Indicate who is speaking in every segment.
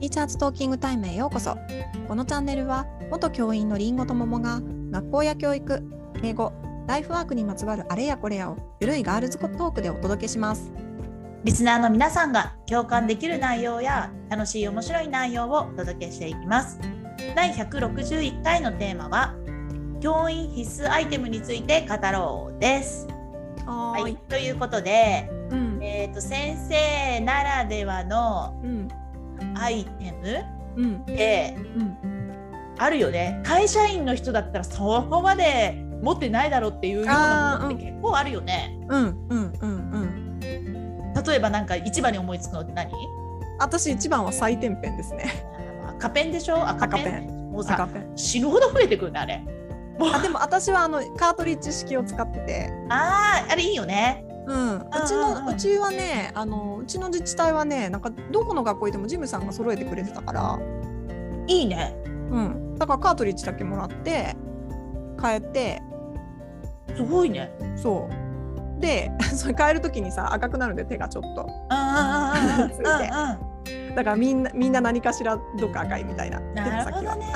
Speaker 1: ティーチャーズトーキングタイムへようこそこのチャンネルは元教員のりんごと桃が学校や教育英語ライフワークにまつわるあれやこれやをゆるいガールズトークでお届けします
Speaker 2: リスナーの皆さんが共感できる内容や楽しい面白い内容をお届けしていきます。第161回のテーマは教員必須アイテムについて語ろうです。
Speaker 1: は
Speaker 2: はい、ということで、
Speaker 1: うん
Speaker 2: えー、と先生ならではの
Speaker 1: うん
Speaker 2: アイテム
Speaker 1: うん
Speaker 2: って
Speaker 1: うん
Speaker 2: あるよね会社員の人だったらそこまで持ってないだろうっていうようなものって結構あるよね。
Speaker 1: うんうんうんうん
Speaker 2: 例えばなんか一番に思いつくのって何
Speaker 1: 私一番は採点ペンですね
Speaker 2: 赤ペンでしょ赤ペン
Speaker 1: 赤ペ
Speaker 2: もうさ
Speaker 1: ペン
Speaker 2: 死ぬほど増えてくるねあれ
Speaker 1: あでも私はあのカートリッジ式を使ってて
Speaker 2: あーあれいいよね
Speaker 1: うん、うち
Speaker 2: うん
Speaker 1: の
Speaker 2: うん
Speaker 1: うちはねあのうちの自治体はねなんかどこの学校行ってもジムさんが揃えてくれてたから、
Speaker 2: いいね
Speaker 1: うん、だからカートリッジだけもらって変えて
Speaker 2: すごいね
Speaker 1: そうで それ変える時にさ赤くなるんで手がちょっと
Speaker 2: あ
Speaker 1: つい
Speaker 2: ー
Speaker 1: て
Speaker 2: あ
Speaker 1: だからみんなみんな何かしらどっか赤いみたいな
Speaker 2: ーあーあーなるほどね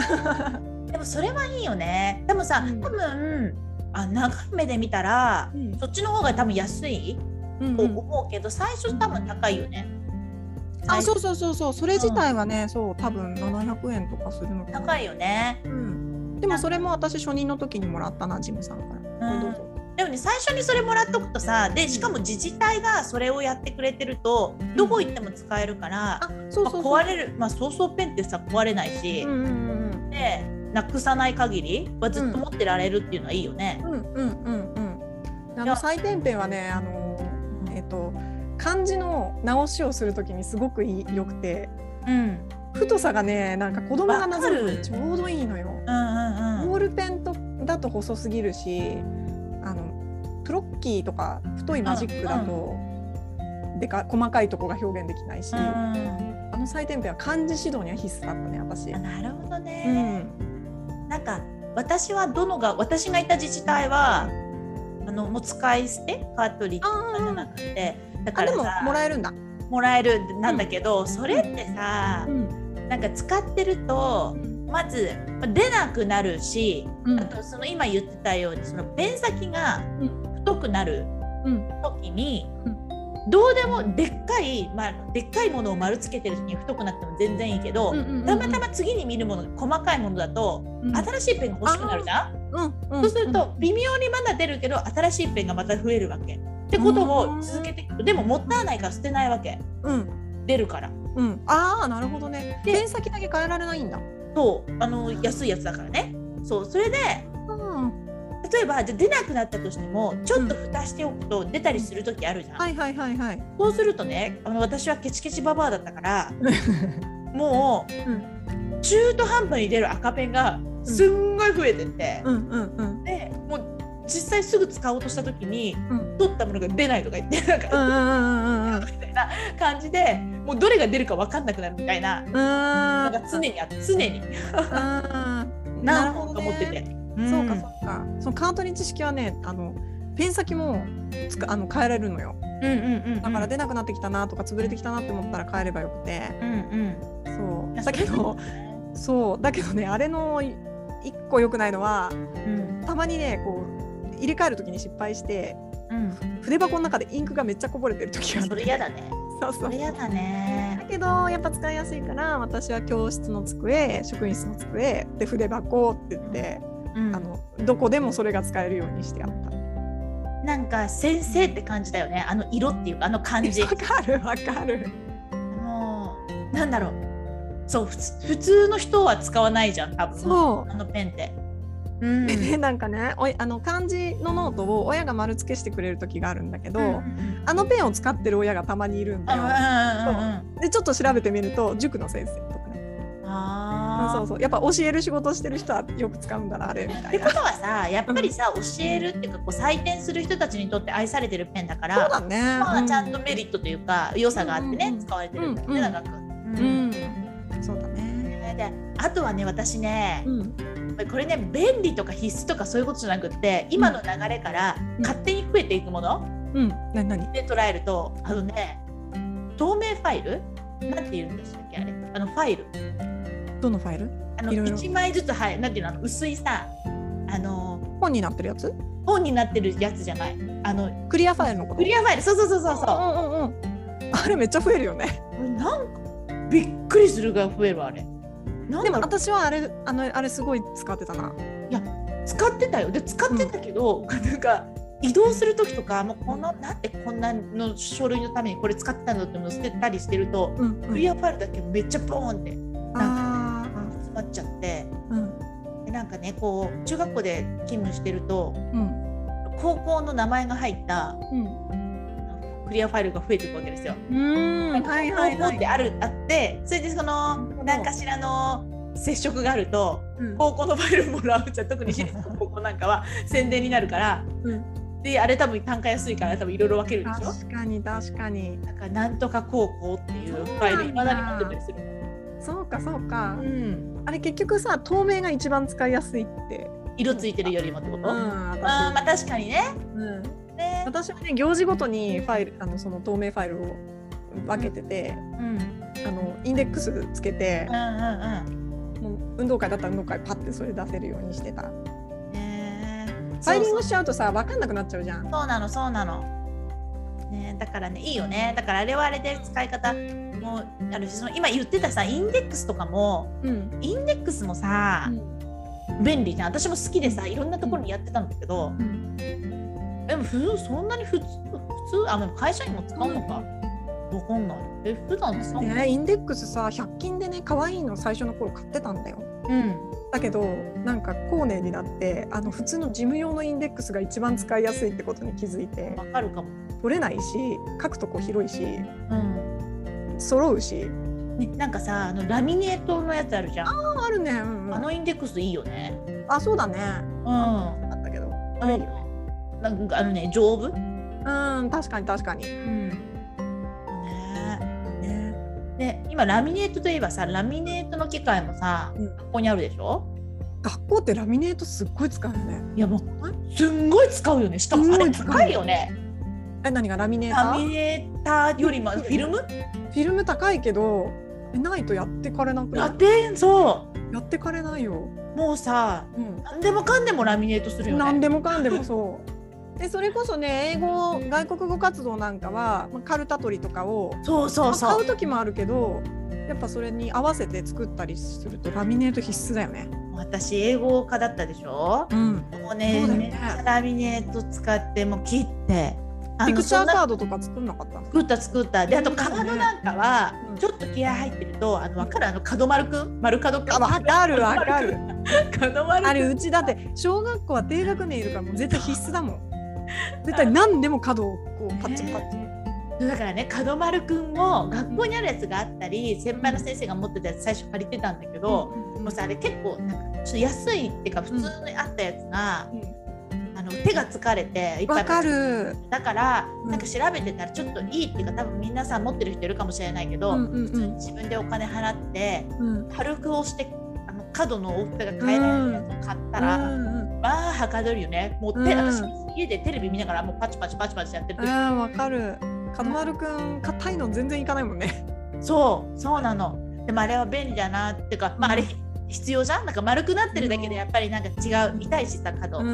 Speaker 2: でもそれはいいよねでもさ
Speaker 1: うん
Speaker 2: 多分あ長い目で見たら
Speaker 1: うん
Speaker 2: そっちの方が多分安い
Speaker 1: うん
Speaker 2: と
Speaker 1: うん、
Speaker 2: 思うけど最初多分高いよね
Speaker 1: あ
Speaker 2: 最
Speaker 1: そ
Speaker 2: 初
Speaker 1: うそうそうそうそれ自体はね、そう多分700円とかするのかな、
Speaker 2: 高いよね
Speaker 1: うん、でもそれも私初任の時にもらったなジムさんから、
Speaker 2: うん
Speaker 1: これどうぞ
Speaker 2: でもね最初にそれもらっとくとさでしかも自治体がそれをやってくれてるとどこ行っても使えるから
Speaker 1: あそうそうそう、
Speaker 2: まあ壊れるまあそうそうペンってさ壊れないし、
Speaker 1: うんうんうんうん
Speaker 2: でなくさない限りはずっと持ってられるっていうのはいいよね。
Speaker 1: うんうんうんうん。あ
Speaker 2: い
Speaker 1: の
Speaker 2: や
Speaker 1: 採点ペンはね、あのえっと漢字の直しをするときにすごくいい良くて、
Speaker 2: うん、うん、
Speaker 1: 太さがね、なんか子供がなぞるのにちょうどいいのよ。
Speaker 2: うん、うん
Speaker 1: ボールペンとだと細すぎるし、あのプロッキーとか太いマジックだと。でか細かいとこが表現できないし、あの採点ペンは漢字指導には必須だったね私
Speaker 2: あ。なるほど
Speaker 1: う
Speaker 2: ね。
Speaker 1: ん、
Speaker 2: なんか私はどのが私がいた自治体はあのもう使い捨てカートリッジとかじゃなくてだ
Speaker 1: あ
Speaker 2: か
Speaker 1: で
Speaker 2: ら
Speaker 1: も
Speaker 2: さ
Speaker 1: もらえるんだ。
Speaker 2: もらえるなんだけど、それってさ
Speaker 1: うん
Speaker 2: なんか使ってるとまずまあ出なくなるし、
Speaker 1: うん
Speaker 2: あとその今言ってたようにそのペン先が太くなる
Speaker 1: うん
Speaker 2: 時に、
Speaker 1: う
Speaker 2: どうでもでっかい、まあ、でっかいものを丸つけてる時に太くなっても全然いいけど、
Speaker 1: うんうんうんうん
Speaker 2: たまたま次に見るものが細かいものだと、
Speaker 1: うん
Speaker 2: 新しいペンが欲しくなるじゃん、
Speaker 1: うんうん
Speaker 2: そうすると微妙にまだ出るけど新しいペンがまた増えるわけ。ってことを続けていくとでももったいないから捨てないわけ
Speaker 1: うん
Speaker 2: 出るから。
Speaker 1: うん、ああなるほどね。
Speaker 2: で
Speaker 1: ペン先だけ変えられないんだ。
Speaker 2: そうあの安いやつだからね。そうそれで
Speaker 1: うん、
Speaker 2: 例えばじゃあ出なくなったとしてもちょっと蓋しておくと出たりする時あるじゃん、
Speaker 1: はいはいはいはい。
Speaker 2: そうするとねあの私はケチケチババアだったから もう、中途半端に出る赤ペンがすんごい増えてって、
Speaker 1: うんうんうん。
Speaker 2: でもう実際すぐ使おうとした時に、
Speaker 1: うん
Speaker 2: 取ったものが出ないとか言ってなん
Speaker 1: う
Speaker 2: か、
Speaker 1: んうんうんうんうん。う
Speaker 2: みたいな感じでもうどれが出るか分かんなくなるみたいな。
Speaker 1: ー
Speaker 2: なん
Speaker 1: ん
Speaker 2: か常にあって常に
Speaker 1: うん
Speaker 2: なるほど思ってて、
Speaker 1: ね。
Speaker 2: ん
Speaker 1: そうかそうか。そのカートリッジ式はね、あのペン先もつかあの変えられるのよ。
Speaker 2: うんうんうんうん
Speaker 1: だから出なくなってきたなとか潰れてきたなって思ったら変えればよくて。
Speaker 2: うんうん
Speaker 1: そう。
Speaker 2: あ
Speaker 1: だけどそうだけどねあれのい一個良くないのは
Speaker 2: うん
Speaker 1: たまにねこう入れ替えるときに失敗して
Speaker 2: うん
Speaker 1: 筆箱の中でインクがめっちゃこぼれてる時があって
Speaker 2: それ嫌だね。
Speaker 1: そうそ
Speaker 2: そうれ嫌だ
Speaker 1: だ
Speaker 2: ね。
Speaker 1: けどやっぱ使いやすいから私は教室の机職員室の机で筆箱って言って、
Speaker 2: うん
Speaker 1: あのどこでもそれが使えるようにしてあった。
Speaker 2: なんか先生って感じだよね。あの色っていうかあの感じ。
Speaker 1: わかるわかる。
Speaker 2: もうなんだろう。そう普通普通の人は使わないじゃん多分。
Speaker 1: そ
Speaker 2: あのペンって。うん。
Speaker 1: うでなんかねおいあの漢字のノートを親が丸付けしてくれる時があるんだけど、
Speaker 2: うんうん
Speaker 1: あのペンを使ってる親がたまにいるんだよ。
Speaker 2: うんうんうんうん。
Speaker 1: でちょっと調べてみると塾の先生とかね
Speaker 2: あ
Speaker 1: そう
Speaker 2: あ。
Speaker 1: そうやっぱ教える仕事してる人はよく使うんだなあれみたい
Speaker 2: って
Speaker 1: な。
Speaker 2: こ
Speaker 1: そ
Speaker 2: とはさやっぱりさ教えるっていうかこう採点する人たちにとって愛されてるペンだから
Speaker 1: うだね。
Speaker 2: まあちゃ
Speaker 1: うん
Speaker 2: とメリットというか良さがあってね、
Speaker 1: うんうん
Speaker 2: 使われてるんだよね、
Speaker 1: うんうん
Speaker 2: 長く。うん
Speaker 1: ん、うん、そうだね。
Speaker 2: であとはね私ね、
Speaker 1: うん
Speaker 2: これね便利とか必須とかそういうことじゃなくって今の流れから
Speaker 1: うん
Speaker 2: 勝手に増えていくもの
Speaker 1: うん、なになに
Speaker 2: で捉えるとあのね透明ファイルなんて言うんでしたっけあれあのファイル
Speaker 1: どのファイル
Speaker 2: あの
Speaker 1: いろいろ
Speaker 2: 1枚ずつはいなんていうのあの薄いさあの
Speaker 1: 本になってるやつ
Speaker 2: 本になってるやつじゃないあの
Speaker 1: クリアファイルのこと
Speaker 2: クリアファイルそうそうそうそうそう
Speaker 1: うんうんうんあれめっちゃ増えるよね
Speaker 2: なんかびっくりするぐらい増えるあれ。なん
Speaker 1: で
Speaker 2: だ
Speaker 1: も
Speaker 2: ろう
Speaker 1: 私はあれあのあれすごい使ってたな
Speaker 2: 使ってたよで使ってたけど、なんか移動する時とかもうこのなんでこんなの書類のためにこれ使ってたんだってもの捨てたりしてると、
Speaker 1: うん、うん、
Speaker 2: クリアファイルだけめっちゃボーンって
Speaker 1: あ
Speaker 2: 詰まっちゃって
Speaker 1: ーうん
Speaker 2: でなんかねこう中学校で勤務してると
Speaker 1: うん
Speaker 2: 高校の名前が入った
Speaker 1: うん
Speaker 2: クリアファイルが増えていくわけですよ。
Speaker 1: うーんはいはい
Speaker 2: 高校
Speaker 1: は
Speaker 2: って
Speaker 1: い
Speaker 2: あるあってそれでその何かしらの接触があると
Speaker 1: うん
Speaker 2: 高校のファイルもらうじゃ特に私立の高校なんかは宣伝になるから、
Speaker 1: うん
Speaker 2: であれ多分単価安いから多分いろいろ分けるでしょ
Speaker 1: 確かに確かに
Speaker 2: なんかなんとか高校っていうファイル
Speaker 1: そ
Speaker 2: いうまだに持
Speaker 1: な
Speaker 2: っ
Speaker 1: ん
Speaker 2: て
Speaker 1: だ
Speaker 2: たりする、
Speaker 1: そうかそうか、
Speaker 2: うん、
Speaker 1: あれ結局さ透明が一番使いやすいって
Speaker 2: 色ついてるよりもってこと、あー
Speaker 1: 私,、
Speaker 2: まあ確かにね
Speaker 1: うん、
Speaker 2: ね、
Speaker 1: 私はね行事ごとにファイルあのその透明ファイルを分けてて、
Speaker 2: うん、うんうん
Speaker 1: あのインデックスつけて、
Speaker 2: う
Speaker 1: もう運動会だったら運動会パッてそれ出せるようにしてたフ
Speaker 2: んね
Speaker 1: ァイリン
Speaker 2: そう
Speaker 1: グしちゃうとさ分かんなくなっちゃうじゃん
Speaker 2: そうなのそうなの、ね、だからねいいよねだからあれはあれで使い方もあるしその今言ってたさインデックスとかも
Speaker 1: うん、
Speaker 2: インデックスもさ、便利じゃん私も好きでさいろんなところにやってたんだけど、でも普通そんなに普通普通あでも会社にも使うのか、わかんないえ普段使うの、
Speaker 1: ねインデックスさ100均でね可愛いの最初の頃買ってたんだよ
Speaker 2: うん
Speaker 1: だけどなんかコーネになってあの普通の事務用のインデックスが一番使いやすいってことに気づいて
Speaker 2: わかるかも、
Speaker 1: 取れないし書くとこ広いし
Speaker 2: う
Speaker 1: 揃うし
Speaker 2: んね、なんかさあのラミネートのやつあるじゃんあ
Speaker 1: あるね、うんうん、
Speaker 2: のインデックスいいよね
Speaker 1: あそうだね
Speaker 2: うんあ
Speaker 1: あったけど
Speaker 2: れなんかあのね丈夫、
Speaker 1: うん確かに確かに
Speaker 2: うんね
Speaker 1: ね
Speaker 2: で今ラミネートといえばさラミネートの機械もさ、
Speaker 1: うん
Speaker 2: ここにあるでしょ
Speaker 1: 学校ってラミネートすっごい使うよね
Speaker 2: いやもうすんごい使うよねしかもあ
Speaker 1: すんご
Speaker 2: れ
Speaker 1: い使う
Speaker 2: 高いよね
Speaker 1: え何がラミネータ
Speaker 2: ラミ
Speaker 1: ー
Speaker 2: ネーターよりもフィルム
Speaker 1: フィルム高いけどえないとやってかれなく
Speaker 2: ラ
Speaker 1: ない
Speaker 2: テンそ
Speaker 1: やってかれないよ、
Speaker 2: うもうさ
Speaker 1: うん、
Speaker 2: 何でもかんでもラミネートするよね
Speaker 1: 何でもかんでもそう でそれこそね英語外国語活動なんかはまあカルタ取りとかを
Speaker 2: そうそう
Speaker 1: まあ
Speaker 2: そ
Speaker 1: 買
Speaker 2: う
Speaker 1: う時もあるけどやっぱそれに合わせて作ったりするとラミネート必須だよね
Speaker 2: 私英語科だったでしょ
Speaker 1: うん
Speaker 2: もう
Speaker 1: そ
Speaker 2: ね
Speaker 1: うだよ
Speaker 2: めっ
Speaker 1: ね
Speaker 2: ちゃラミネート使ってもう切ってあ
Speaker 1: ピクチャー
Speaker 2: そんな
Speaker 1: カードとか作んなかった
Speaker 2: 作った作ったであとカードなんかは
Speaker 1: うん
Speaker 2: ちょっと気合入ってるとあの分かるあの角丸くん丸角くん
Speaker 1: あわかるわかる
Speaker 2: 角丸くん
Speaker 1: あれうちだって小学校は低学年いるからもう絶対必須だもん絶対何でも角をこうパッチンパッチン、
Speaker 2: だからね角丸くんも学校にあるやつがあったり先輩の先生が持ってたやつ最初借りてたんだけど、もうさあれ結構なんかちょっと安いっていうか普通にあったやつが、あの手が疲れていっぱ
Speaker 1: わ
Speaker 2: い
Speaker 1: かる。
Speaker 2: だから、
Speaker 1: うん
Speaker 2: なんか調べてたらちょっといいっていうか多分皆さん持ってる人いるかもしれないけど、
Speaker 1: うんうんうん
Speaker 2: 自分でお金払って
Speaker 1: うん。
Speaker 2: 軽く押してあの角の往復が買えないやつを買ったら、
Speaker 1: うん
Speaker 2: まあはかどるよねもう手、
Speaker 1: うん
Speaker 2: 私家でテレビ見ながらもうパチパチパチパチやってる
Speaker 1: うん。
Speaker 2: 時、
Speaker 1: ああわかる。角丸くん硬いの全然いかないもんね。
Speaker 2: そうそうなのでもあれは便利だなっていうか、まあ、あれ必要じゃんなんか丸くなってるだけでやっぱりなんか違う痛いしさ角、
Speaker 1: んう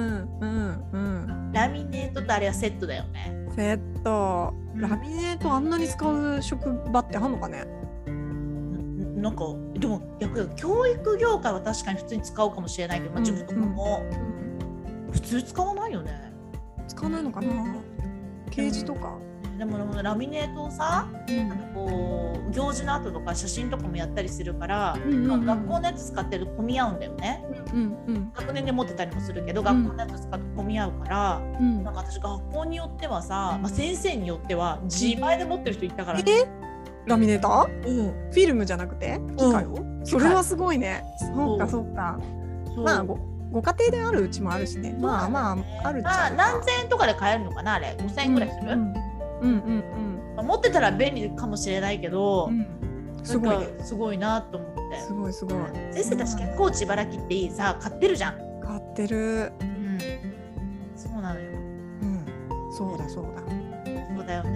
Speaker 1: ん
Speaker 2: ラミネートとあれはセットだよね。
Speaker 1: うん。セット。ラミネートあんなに使う職場ってあんのかね。
Speaker 2: んなんかでも逆に教育業界は確かに普通に使うかもしれないけど、まあ、
Speaker 1: うん
Speaker 2: 自分とかも普通使わないよね。
Speaker 1: 使わないのかな。ケージとか。
Speaker 2: でもでもラミネートをさ
Speaker 1: うん
Speaker 2: なんかこう行事の後とか写真とかもやったりするから、
Speaker 1: うんうんうん
Speaker 2: 学校のやつ使ってると混み合うんだよね。
Speaker 1: うん
Speaker 2: 学年で持ってたりもするけど
Speaker 1: ん
Speaker 2: 学校のやつ使って混み合うから、
Speaker 1: うん
Speaker 2: なんか私学校によってはさ、まあ、先生によっては自前で持ってる人いたから、ね
Speaker 1: え？ラミネーター？
Speaker 2: うん、
Speaker 1: フィルムじゃなくて機械を？それはすごいね。そうかそうか。
Speaker 2: そう
Speaker 1: まあごご家庭であるうちもあるしね。まあまああるっち
Speaker 2: ま
Speaker 1: ゃ
Speaker 2: あ
Speaker 1: あるか。
Speaker 2: 何千円とかで買えるのかなあれ5000円ぐらいする、
Speaker 1: うんうんうん
Speaker 2: まあ持ってたら便利かもしれないけど、
Speaker 1: うん。うんすごい
Speaker 2: な
Speaker 1: ね、
Speaker 2: んかすごいなと思って
Speaker 1: すごいすごい。
Speaker 2: 先生たち結構千葉らきっていいさ買ってるじゃん、
Speaker 1: 買ってる。
Speaker 2: うん、そうなのよ
Speaker 1: うん。そうだそうだ。
Speaker 2: そうだよね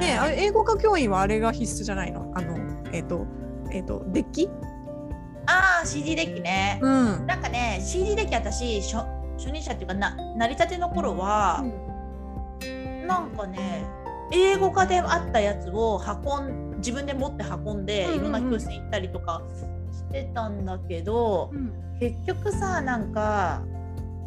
Speaker 1: ねえあれ英語科教員はあれが必須じゃないの？あのえっ、とえっ、とデッキ、
Speaker 2: ああ CD デッキね、
Speaker 1: うん、
Speaker 2: なんかね CD デッキ私初初任者っていうかな成り立ての頃は、なんかね英語科であったやつを運ん自分で持って運んで、
Speaker 1: うんうんうん
Speaker 2: いろんな教室に行ったりとかしてたんだけど、結局さなんか、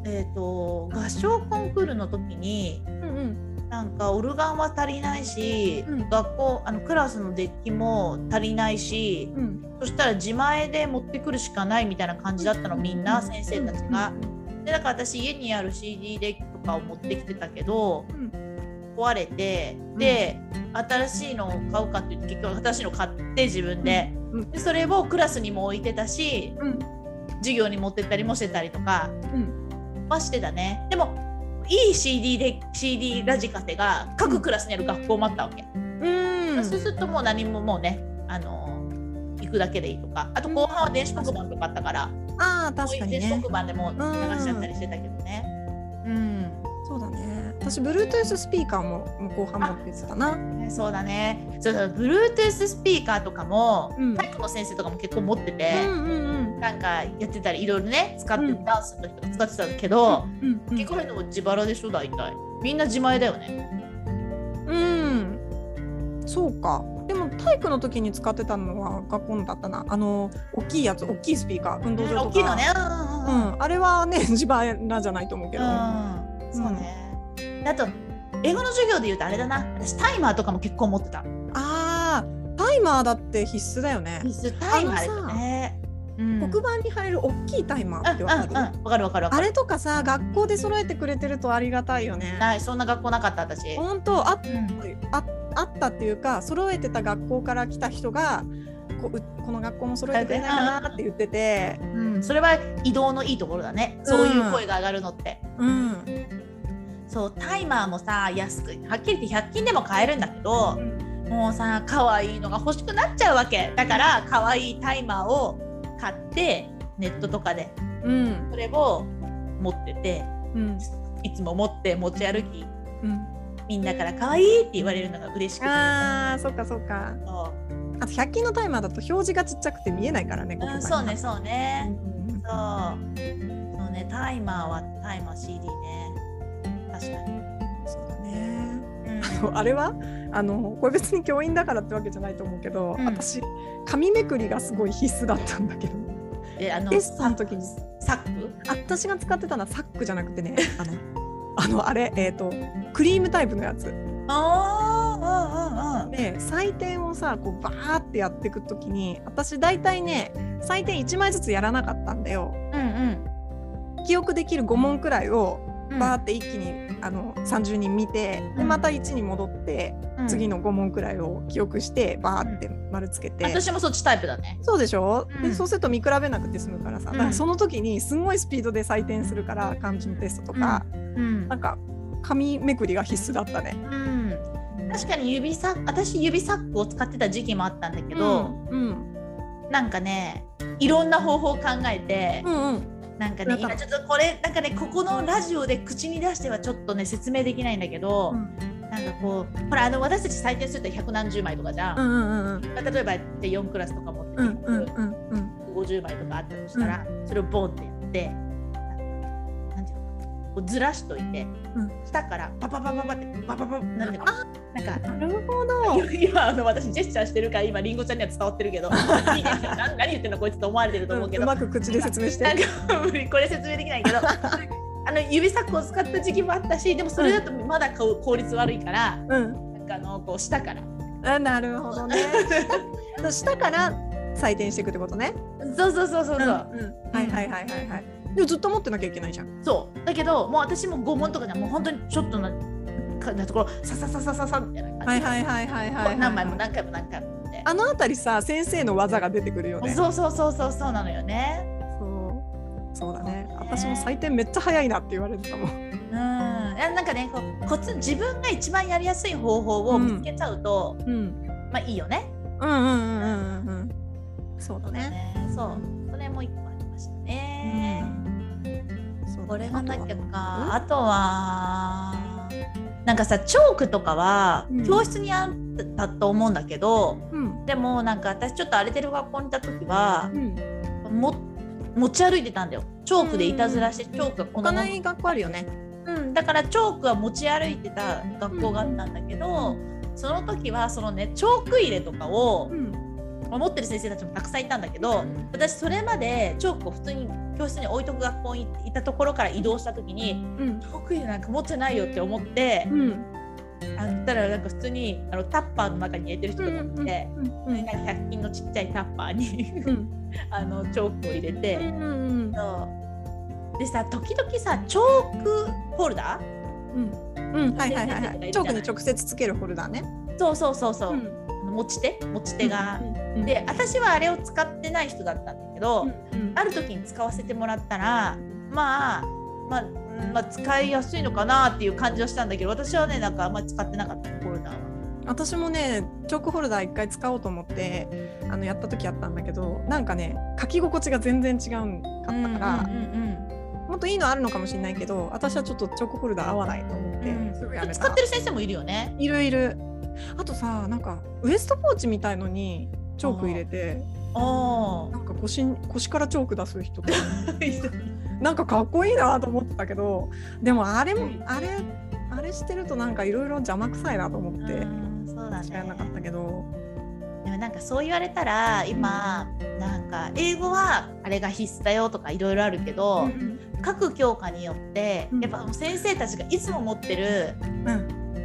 Speaker 2: えー、と合唱コンクールの時に
Speaker 1: うん
Speaker 2: なんかオルガンは足りないし、
Speaker 1: うん
Speaker 2: 学校あのクラスのデッキも足りないし
Speaker 1: うんうん
Speaker 2: そしたら自前で持ってくるしかないみたいな感じだったのみんな先生たちが。でだから私家にある CD デッキとかを持ってきてたけど、
Speaker 1: うん
Speaker 2: 壊れてで、新しいのを買うかって言って結局新しいの買って自分で,、
Speaker 1: うんうん
Speaker 2: でそれをクラスにも置いてたし
Speaker 1: うん
Speaker 2: 授業に持ってったりもしてたりとか
Speaker 1: うん
Speaker 2: はしてたねでもいい CD で CD ラジカセが各クラスにある学校もあったわけ、
Speaker 1: うん
Speaker 2: そうするともう何ももうねあの行くだけでいいとかあと後半は電子黒板とかあったから、
Speaker 1: ああ確かに
Speaker 2: 電子
Speaker 1: ね
Speaker 2: 黒板でも流しちゃったりしてたけどねうん
Speaker 1: そうだね私 Bluetooth スピーカーももう後半持ってってたな
Speaker 2: ねそうだね。そうそう、Bluetooth スピーカーとかも、
Speaker 1: うん
Speaker 2: 体育の先生とかも結構持ってて、
Speaker 1: うんうん
Speaker 2: なんかやってたりいろいろね使って、
Speaker 1: うん
Speaker 2: ダンスの人が使ってたけど、
Speaker 1: うんうん
Speaker 2: 結構でも自腹でしょ大体。みんな自前だよね。
Speaker 1: うんそうかでも体育の時に使ってたのは学校のだったなあの大きいやつ大きいスピーカー運動場とか
Speaker 2: 大きいのね。う
Speaker 1: うん
Speaker 2: うんうん。
Speaker 1: んあれはね 自腹じゃないと思うけど
Speaker 2: うんそうね。あと英語の授業で言うとあれだな。私タイマーとかも結構持ってた。
Speaker 1: あータイマーだって必須だよね、
Speaker 2: 必須タイマーだね。うん
Speaker 1: 黒板に入る大きいタイマーって
Speaker 2: うん
Speaker 1: わかる、
Speaker 2: うんうん。わかるわかるわか
Speaker 1: あ
Speaker 2: る。
Speaker 1: れとかさ学校で揃えてくれてるとありがたいよね
Speaker 2: ないそんな学校なかった私。
Speaker 1: 本当あ
Speaker 2: うん
Speaker 1: ああったっていうか揃えてた学校から来た人がこううこの学校も揃えてくれないかなって言ってて
Speaker 2: うん、それは移動のいいところだねそういう声が上がるのって、
Speaker 1: うん、
Speaker 2: そうタイマーもさ安くはっきり言って100均でも買えるんだけどもうさ可愛いのが欲しくなっちゃうわけだから可愛いタイマーを買ってネットとかで
Speaker 1: うん
Speaker 2: それを持ってて
Speaker 1: うん
Speaker 2: いつも持って持ち歩き
Speaker 1: うん、
Speaker 2: みんなから可愛いって言われるのが嬉しくて
Speaker 1: あーそっかそっか
Speaker 2: そう
Speaker 1: あと100均のタイマーだと表示がちっちゃくて見えないからねここ
Speaker 2: うん、そうねそう
Speaker 1: う
Speaker 2: ね、
Speaker 1: ん
Speaker 2: そうそうねタイマーはタイマー CD ね確かに
Speaker 1: そうだね
Speaker 2: うん
Speaker 1: あれはあのこれ別に教員だからってわけじゃないと思うけど、
Speaker 2: うん
Speaker 1: 私紙めくりがすごい必須だったんだけど
Speaker 2: であの
Speaker 1: テストの時に
Speaker 2: サック
Speaker 1: あ私が使ってたのはサックじゃなくてねあのあのあれえっ、とクリームタイプのやつ
Speaker 2: ああうんうんうん
Speaker 1: で採点をさこうバーってやっていく時に私大体ね採点1枚ずつやらなかったんだよ。記憶できる5問くらいを
Speaker 2: うん
Speaker 1: バーって一気に、あの30人見て
Speaker 2: う
Speaker 1: で
Speaker 2: ん
Speaker 1: また1に戻って、
Speaker 2: うん
Speaker 1: 次の5問くらいを記憶してバーって丸つけて、
Speaker 2: 私もそっちタイプだね
Speaker 1: そうでしょ、
Speaker 2: う
Speaker 1: で
Speaker 2: ん
Speaker 1: そうすると見比べなくて済むからさ、
Speaker 2: うん
Speaker 1: だからその時にすごいスピードで採点するから漢字のテストとか、
Speaker 2: うん
Speaker 1: なんか紙めくりが必須だったね。
Speaker 2: うん確かに指サッ私指サックを使ってた時期もあったんだけ
Speaker 1: け
Speaker 2: ど、
Speaker 1: うん
Speaker 2: なんかねいろんな方法を考えて
Speaker 1: う、んうん
Speaker 2: なんか
Speaker 1: な
Speaker 2: ね
Speaker 1: んか
Speaker 2: 今ちょっとこれなんかねここのラジオで口に出してはちょっとね説明できないんだけど、
Speaker 1: うん
Speaker 2: なんかこうほらあの私たち採点すると百何十枚とかじゃん、
Speaker 1: うんうん
Speaker 2: 例えばで4クラスとか持ってて、
Speaker 1: うんうんうんうん
Speaker 2: 50枚とかあったとしたら、それをボンってやってなんていうのこうずらしといて、
Speaker 1: うん
Speaker 2: 下からパパパパパってパパパなんていうのなんか。
Speaker 1: なるほど。
Speaker 2: 今あの私ジェスチャーしてるから今りんごちゃんには伝わってるけどいいね 何何言ってんのこいつと思われてると思うけ
Speaker 1: う
Speaker 2: ど、
Speaker 1: まく口で説明し
Speaker 2: なん
Speaker 1: て。
Speaker 2: か無理これ説明でき ないけどあの指サックを使った時期もあったしでもそれだとまだこう効率悪いから、
Speaker 1: うん。
Speaker 2: なんかあのこう下から
Speaker 1: あなるほどね。 下から採点していくってことね。
Speaker 2: そうそうそうそうそう、
Speaker 1: んんはいはいはいはいはい。でもずっと持ってなきゃいけないじゃん。
Speaker 2: そうだけどもう私も5問とかじゃもう本当にちょっとなかなところささささささみたいな感じで、
Speaker 1: いはいはい
Speaker 2: こう何枚も何回も何回もって
Speaker 1: あのあたりさ先生の技が出てくるよね。
Speaker 2: そうそうそうそうそうなのよね
Speaker 1: そうそうだね
Speaker 2: そうね
Speaker 1: 私も採点めっちゃ早いなって言われてたもん。
Speaker 2: うんあなんかねこうコツ自分が一番やりやすい方法を見つけちゃうと、
Speaker 1: うん
Speaker 2: まあいいよね
Speaker 1: うんうんうんうんうん。そうだね。
Speaker 2: そうそれも一個ありましたね、
Speaker 1: そう
Speaker 2: これがなき
Speaker 1: あ
Speaker 2: ゃ
Speaker 1: とは
Speaker 2: かあとはなんかさチョークとかは
Speaker 1: うん
Speaker 2: 教室にあったと思うんだけど、
Speaker 1: うん
Speaker 2: でもなんか私ちょっと荒れてる学校にいた時は
Speaker 1: うん、
Speaker 2: も持ち歩いてたんだよチョークでいたずらしてチョークが
Speaker 1: 置
Speaker 2: この
Speaker 1: か
Speaker 2: ま
Speaker 1: ない学校あるよね。
Speaker 2: ま、うん、だからチョークは持ち歩いてた学校があったんだけど、その時はそのねチョーク入れとかを
Speaker 1: ん、
Speaker 2: 持ってる先生たちもたくさんいたんだけど私それまでチョークを普通に教室に置いとく学校にいたところから移動した時に
Speaker 1: うん
Speaker 2: チ、ョーク入れなんか持ってないよって思って、
Speaker 1: うん、
Speaker 2: あのたらなんか普通にあのタッパーの中に入れてる人とかって。
Speaker 1: うん、
Speaker 2: なんか100均のちっちゃいタッパーに
Speaker 1: うん、
Speaker 2: あのチョークを入れて、
Speaker 1: うん、
Speaker 2: そうでさ時々さチョークホルダー
Speaker 1: うん、うん、はいはいはいはい。チョークに直接つけるホルダーね。
Speaker 2: そうそうそうそうう、
Speaker 1: ん、
Speaker 2: 持ち手持ち手が、
Speaker 1: うん、
Speaker 2: で私はあれを使ってない人だったんだけど、
Speaker 1: うん、
Speaker 2: ある時に使わせてもらったらまあまあうんまあ、使いやすいのかなっていう感じはしたんだけど私はねなんかあんまり使ってなかったホルダーは。
Speaker 1: 私もねチョークホルダー一回使おうと思ってあのやった時あったんだけどなんかね書き心地が全然違うんかったから、
Speaker 2: うんうん
Speaker 1: もっといいのあるのかもしれないけど私はちょっとチョークホルダー合わないと思って、
Speaker 2: うん
Speaker 1: すぐ
Speaker 2: う
Speaker 1: や
Speaker 2: ん
Speaker 1: め
Speaker 2: 使
Speaker 1: た
Speaker 2: ってる先生もいるよね。
Speaker 1: いるいるあとさなんかウエストポーチみたいのにチョーク入れて
Speaker 2: あ
Speaker 1: なんか腰に腰からチョーク出す 人とか
Speaker 2: あ
Speaker 1: なんかかっこいいなと思ってたけどでもあれも
Speaker 2: うん
Speaker 1: あれあれしてるとなんかいろいろ邪魔くさいなと思って
Speaker 2: そうだね。
Speaker 1: やらなかったけど、
Speaker 2: でもなんかそう言われたら今なんか英語はあれが必須だよとかいろいろあるけど、各教科によって
Speaker 1: うん
Speaker 2: やっぱもう先生たちがいつも持ってる
Speaker 1: うん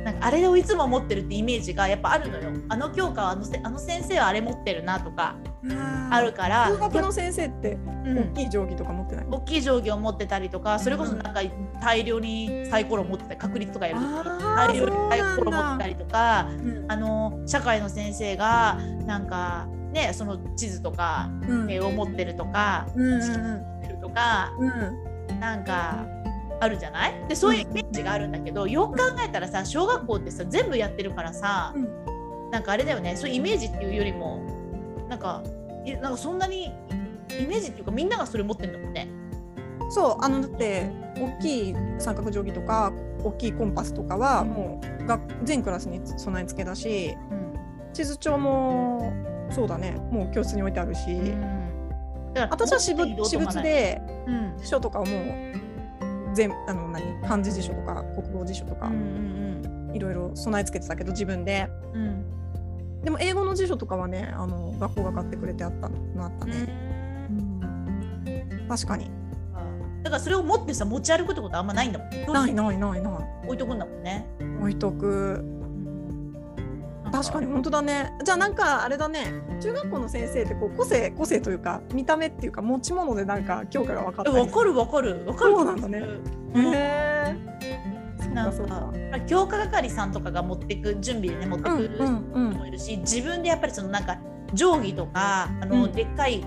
Speaker 2: なんかあれをいつも持ってるってイメージがやっぱあるのよ。あの教科はあのせあの先生はあれ持ってるなとかあ
Speaker 1: あ
Speaker 2: るから、
Speaker 1: 数学の先生って
Speaker 2: う
Speaker 1: 大
Speaker 2: ん
Speaker 1: きい定規とか持ってない、
Speaker 2: 大きい定規を持ってたりとかそれこそなんか大量にサイコロ持ってたり確率とかやるとき
Speaker 1: あー
Speaker 2: 大量にサイコロ持ってたりとか。
Speaker 1: うん
Speaker 2: あの社会の先生がなんかねその地図とか
Speaker 1: うん
Speaker 2: 絵を持ってるとか、
Speaker 1: うん
Speaker 2: とか
Speaker 1: うん
Speaker 2: なんかあるじゃないでそういうイメージがあるんだけどよく考えたらさ小学校ってさ全部やってるからさ、なんかあれだよねそういうイメージっていうよりもなんかえなんかそんなにイメージっていうかみんながそれ持ってるんだもんね。
Speaker 1: そうあのだって大きい三角定規とか大きいコンパスとかは
Speaker 2: うん
Speaker 1: もうが全クラスに備え付けだし地図帳もそうだねもう教室に置いてあるし、
Speaker 2: だから
Speaker 1: 私は私
Speaker 2: 持って移動
Speaker 1: 物
Speaker 2: と
Speaker 1: 私
Speaker 2: かない
Speaker 1: 物、で
Speaker 2: うん
Speaker 1: 辞書とかをもう全あの何漢字辞書とか国語辞書と
Speaker 2: う
Speaker 1: か
Speaker 2: ん
Speaker 1: いろいろ備え付けてたけど自分で
Speaker 2: うんうん
Speaker 1: でも英語の辞書とかはねあの学校が買ってくれてあったのあった
Speaker 2: う
Speaker 1: ね。
Speaker 2: ん
Speaker 1: 確かに。
Speaker 2: だからそれを持ってさ持ち歩くってことはあんまないんだもん。
Speaker 1: ない
Speaker 2: の
Speaker 1: ないないな
Speaker 2: 置いとくんだもんね。
Speaker 1: い。置いとく。
Speaker 2: なん
Speaker 1: 確かに本当だね。じゃあなんかあれだね。中学校の先生ってこう個性個性というか見た目っていうか持ち物でなんか教科が分かっ
Speaker 2: え
Speaker 1: た
Speaker 2: わ
Speaker 1: り。
Speaker 2: かるわかるわかる。
Speaker 1: そうなんだね
Speaker 2: うん。
Speaker 1: へえ。
Speaker 2: なん
Speaker 1: そうか
Speaker 2: か教科係さんとかが持ってく準備でね持って
Speaker 1: そうか。うんう
Speaker 2: く人
Speaker 1: んうん
Speaker 2: もいるし、自分でやっぱりそのなんか定規とかあの、
Speaker 1: うん
Speaker 2: でっかい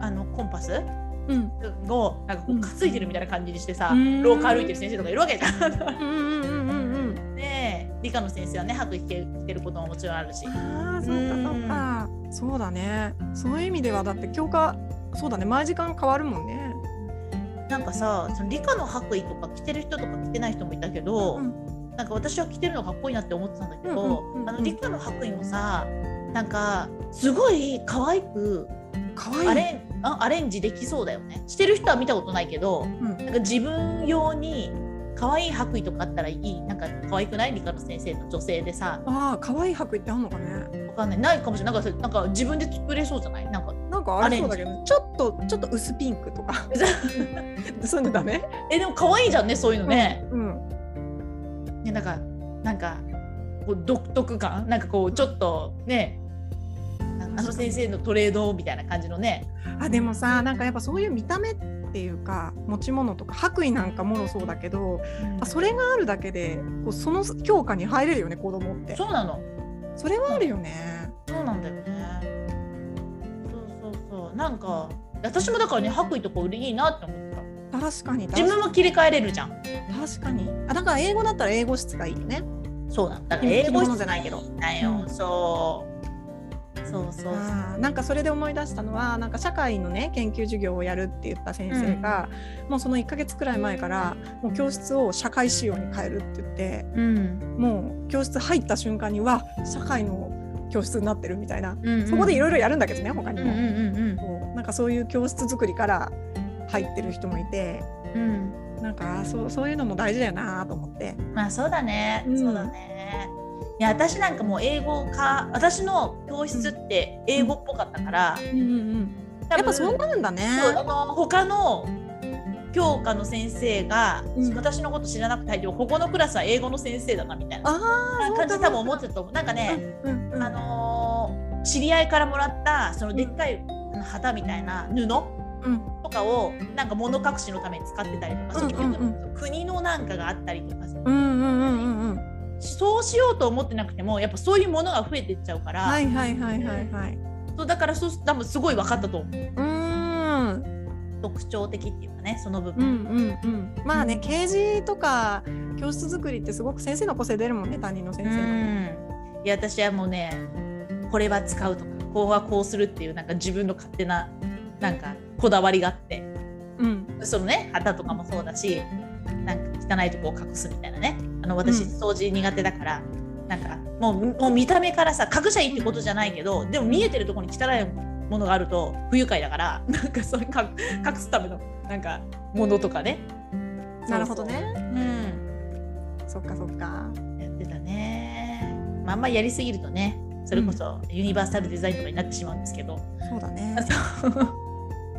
Speaker 2: あのコンパス
Speaker 1: うん
Speaker 2: をなんか
Speaker 1: う
Speaker 2: こうん担いでるみたいな感じにしてさ、
Speaker 1: うん
Speaker 2: 廊下歩いてる先生とかいるわけじゃん。
Speaker 1: うんうんうんうん。
Speaker 2: ねえ理科の先生はね白衣着て着てることももちろんあるし。
Speaker 1: ああそうかそうか。そうだね。そういう意味ではだって教科そうだね毎時間変わるもんね。
Speaker 2: なんかさその理科の白衣とか着てる人とか着てない人もいたけど、
Speaker 1: うん
Speaker 2: なんか私は着てるのがかっこいいなって思ってたんだけど、
Speaker 1: うんうんうんうん
Speaker 2: あの理科の白衣もさなんかすごい可愛く
Speaker 1: 可
Speaker 2: ア
Speaker 1: 愛い。
Speaker 2: レン,、あアレンジできそうだよねしてる人は見たことないけど
Speaker 1: うん
Speaker 2: なんか自分用に可愛い白衣とかあったらいいなんか可愛くない理科の先生の女性でさ
Speaker 1: ああ可愛い白衣ってあんのかね。
Speaker 2: わかんないないかもしれないなんかそれなんか自分で作れそうじゃないなんか
Speaker 1: なんかあれそうだけどねちょっとちょっと薄ピンクとか。 そういうのダメ？
Speaker 2: えでも可愛いじゃんねそういうのね。
Speaker 1: うん。
Speaker 2: ね、なんか、なんか、こう独特感、なんかこう、ちょっと、ね。なんかあの先生のトレードみたいな感じのね。
Speaker 1: あでもさなんかやっぱそういう見た目っていうか持ち物とか白衣なんかもろそうだけどあ
Speaker 2: そ
Speaker 1: それがあるだけでこうその教科に入れるよね子供って
Speaker 2: そうなの。
Speaker 1: それはあるよね
Speaker 2: そうなんだよね。そうそうそう、なんか、私もだからね、白衣とか売りいいなって思ってた。
Speaker 1: 確かに
Speaker 2: 自分も切り替えれるじゃん。
Speaker 1: 確かにあだから英語だったら英語室がいいよね
Speaker 2: そうなんだ。だから
Speaker 1: 着
Speaker 2: 英語
Speaker 1: 物
Speaker 2: 室
Speaker 1: じゃないけど
Speaker 2: だよ。そう。そうそうそう。
Speaker 1: あーなんかそれで思い出したのはなんか社会のね研究授業をやるって言った先生が、もうその1ヶ月くらい前からもう教室を社会仕様に変えるって言って
Speaker 2: うん。
Speaker 1: もう教室入った瞬間にわ社会の教室になってるみたいな、
Speaker 2: うんうん
Speaker 1: そこでいろいろやるんだけどね他に
Speaker 2: うんう
Speaker 1: も、
Speaker 2: ん
Speaker 1: そうなんかそういう教室作りから入ってる人もいて
Speaker 2: うんうん
Speaker 1: なんかそうそういうのも大事だよなと思って。
Speaker 2: まあそうだね、
Speaker 1: うん
Speaker 2: そうだねいや私なんかもう英語か私の教室って英語っぽかったから、
Speaker 1: うんうんうん、
Speaker 2: 多分
Speaker 1: やっぱそうなるんだね。
Speaker 2: そうあの他の教科の先生が、
Speaker 1: うん
Speaker 2: 私のこと知らなくて入ってもここのクラスは英語の先生だなみたいな
Speaker 1: ああ、
Speaker 2: 感じで多分思
Speaker 1: っ
Speaker 2: ってたと思うなんかね、
Speaker 1: うんうん、
Speaker 2: あのー知り合いからもらったそのでっかいあの旗みたいな布と
Speaker 1: うん
Speaker 2: かをなんか物隠しのために使ってたりとか、そういう
Speaker 1: うんうん
Speaker 2: 国のなんかがあったりと
Speaker 1: う
Speaker 2: か
Speaker 1: んうんうんうんうん。
Speaker 2: そうしようと思ってなくてもやっぱそういうものが増えていっちゃうから、
Speaker 1: はいはいはいはいはい。
Speaker 2: そうだからそう多分すごい分かったと思
Speaker 1: う
Speaker 2: う
Speaker 1: ーん。
Speaker 2: 特徴的っていうかねその部
Speaker 1: う
Speaker 2: 分。
Speaker 1: んうんうん。まあね、ケージとか教室作りってすごく先生の個性出るもんね、担任の先
Speaker 2: う
Speaker 1: 生
Speaker 2: んいや私はもうねこれは使うとかこうはこうするっていうなんか自分の勝手ななんかこだわりがあって
Speaker 1: の。うん。
Speaker 2: そのね旗とかもそうだしなんか汚いとこを隠すみたいなねあの私
Speaker 1: うん
Speaker 2: 掃除苦手だから、なんかもうもう見た目からさ隠しゃいいってことじゃないけどでも見えてるところに汚いものがあると不愉快だからなんかそういうか隠すためのなんかものとかね
Speaker 1: なるほど
Speaker 2: そう
Speaker 1: ね。
Speaker 2: そううん
Speaker 1: そっかそっか。
Speaker 2: やってたね、まあ、あんまりやりすぎるとねそれこそユニバーサルデザインとかになってしまうんですけど、
Speaker 1: そうだね。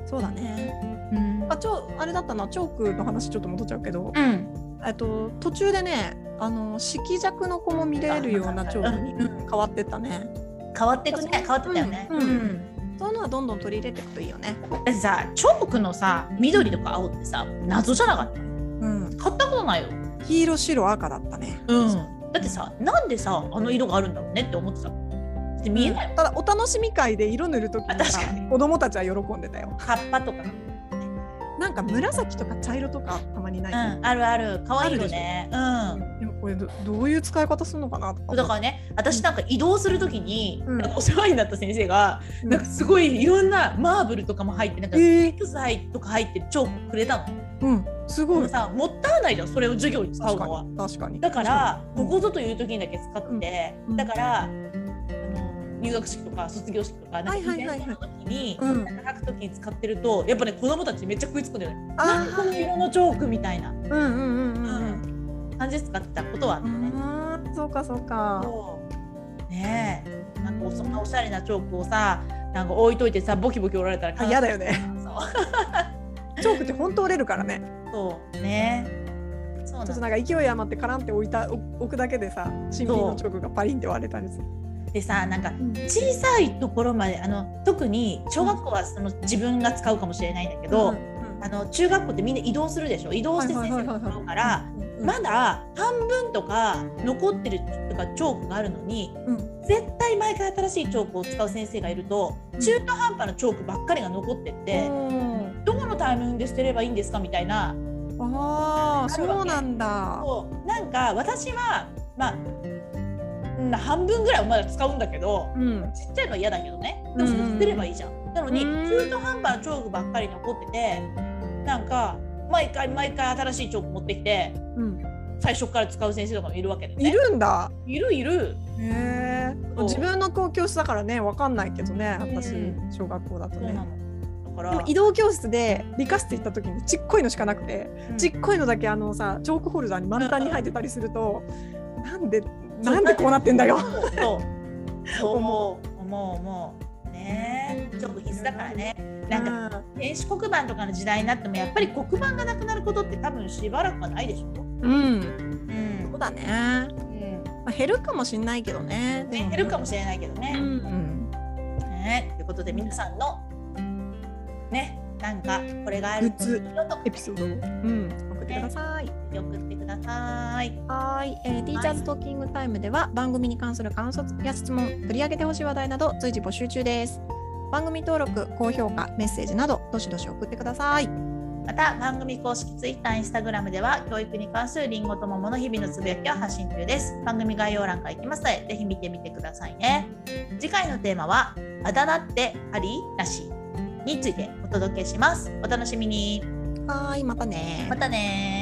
Speaker 1: そうだね。
Speaker 2: うん
Speaker 1: あ、ちょあれだったな、チョークの話ちょっと戻っちゃうけど、
Speaker 2: うん
Speaker 1: えっと途中でね、あの色弱の子も見れるようなチョークに
Speaker 2: う
Speaker 1: 変わってったね。
Speaker 2: 変わってくね変わってたよね、
Speaker 1: うんうん
Speaker 2: ん
Speaker 1: そういうのはどんどん取り入れていくといいよね。
Speaker 2: だってさチョークのさ緑とか青ってさ謎じゃなかった
Speaker 1: うん。
Speaker 2: 買ったことないよ、
Speaker 1: 黄色白赤だったね。
Speaker 2: うん、だってさなんでさあの色があるんだろうねって思ってただって見えないもん
Speaker 1: ただお楽しみ会で色塗る時に
Speaker 2: あ
Speaker 1: さ
Speaker 2: 確かに
Speaker 1: 子供たちは喜んでたよ
Speaker 2: 葉っぱとか、う
Speaker 1: なんか紫とか茶色とかたまにない、
Speaker 2: ん、あるある可愛いよねう
Speaker 1: でもこれどどういう使い方するのかなとか
Speaker 2: んだからね私なんか移動する時に、
Speaker 1: うん
Speaker 2: なんかお世話になった先生が、
Speaker 1: うん
Speaker 2: なんかすごいいろんなマーブルとかも入ってなんか
Speaker 1: ええ
Speaker 2: 木材とか入ってるチョークくれたの、
Speaker 1: うんす
Speaker 2: で
Speaker 1: ご
Speaker 2: も
Speaker 1: い
Speaker 2: さもったいないじゃんそれを授業に使う
Speaker 1: 確か
Speaker 2: のは
Speaker 1: に確かに
Speaker 2: だから
Speaker 1: う
Speaker 2: こ
Speaker 1: ん
Speaker 2: こぞという時にだけ使って、
Speaker 1: うん
Speaker 2: だからあの入学式とか卒業式とかなんか
Speaker 1: は
Speaker 2: イ
Speaker 1: い
Speaker 2: ベ
Speaker 1: はいはいはい
Speaker 2: ントの時に、
Speaker 1: うん
Speaker 2: なんか書く時に使ってるとやっぱね子供たちめっちゃ食いつくんだよね。
Speaker 1: あ
Speaker 2: なんかこの
Speaker 1: ー
Speaker 2: 色のチョークみたいな、
Speaker 1: うんうんうんうん
Speaker 2: 感じで使ってたことはあったね。
Speaker 1: あーそうかそうか
Speaker 2: そうねえなんかそんなおしゃれなチョークをさなんか置いといてさボキボキ折られたら
Speaker 1: あ嫌だよね
Speaker 2: そう
Speaker 1: チョークって本当折れるからね
Speaker 2: そうねそう
Speaker 1: ちょっと
Speaker 2: な
Speaker 1: なんんか勢い余ってカランって置いたお置くだけでさ新品のチョークがパリンって割れたりする
Speaker 2: でさなんか
Speaker 1: うん
Speaker 2: 小さいところまであの特に小学校はその自分が使うかもしれないんだけど、
Speaker 1: うん
Speaker 2: あの中学校ってみんな移動するでしょ移動して先生のところから
Speaker 1: うんうん
Speaker 2: まだ半分とか残ってるとかチョークがあるのに
Speaker 1: うん
Speaker 2: 絶対毎回新しいチョークを使う先生がいると
Speaker 1: うん
Speaker 2: 中途半端なチョークばっかりが残ってって
Speaker 1: うん
Speaker 2: どこのタイミングで捨てればいいんですかみたいな
Speaker 1: ああそうなんだ
Speaker 2: こうなんか私はまあうん半分ぐらいはまだ使うんだけど
Speaker 1: うん
Speaker 2: ちっちゃいのは嫌だけどねでもそれ捨てればいいじゃん。なのに
Speaker 1: うん
Speaker 2: 中途半端なチョークばっかり残っててなんか毎回毎回新しいチョーク持ってきて
Speaker 1: うん
Speaker 2: 最初から使う先生とかもいるわけでね。
Speaker 1: いるんだ
Speaker 2: いるいる
Speaker 1: へえ
Speaker 2: そう
Speaker 1: 自分のこう教室だからねわかんないけどね私、
Speaker 2: うん
Speaker 1: 小学校だと
Speaker 2: そうな
Speaker 1: ね。
Speaker 2: のだか
Speaker 1: でも
Speaker 2: ら
Speaker 1: 移動教室で理科室行った時にちっこいのしかなくて、
Speaker 2: うん
Speaker 1: ちっこいのだけあのさチョークホルダーに満タンに入ってたりすると、なんでなんでこうなってんだよ。
Speaker 2: そうそう思う思う思うねえチョーク必須だからね なんか
Speaker 1: か、
Speaker 2: 電子黒板とかの時代になってもやっぱり黒板がなくなることって多分しばらくはないでしょ。
Speaker 1: うん、
Speaker 2: う
Speaker 1: そ
Speaker 2: ん
Speaker 1: うだね。まあ、減るかもしんないけどね。で
Speaker 2: ね、
Speaker 1: も
Speaker 2: 減るかもしれないけどね。
Speaker 1: うん、
Speaker 2: ね、ということで皆さんのねなんかこれがあるといいよと
Speaker 1: エピソードを、うん、送ってください。
Speaker 2: 送ってください。
Speaker 1: はい、えー、ティーチャーズトーキングタイムでは番組に関する感想や質問、取り上げてほしい話題など随時募集中です。番組登録、高評価、メッセージなどどしどし送ってください。
Speaker 2: また番組公式 Twitter、Instagram では教育に関するりんごと桃の日々のつぶやきを発信中です。番組概要欄から行きますのでぜひ見てみてくださいね。次回のテーマはあだ名ってありなしについてお届けします。お楽しみに。
Speaker 1: はーい、またね
Speaker 2: またね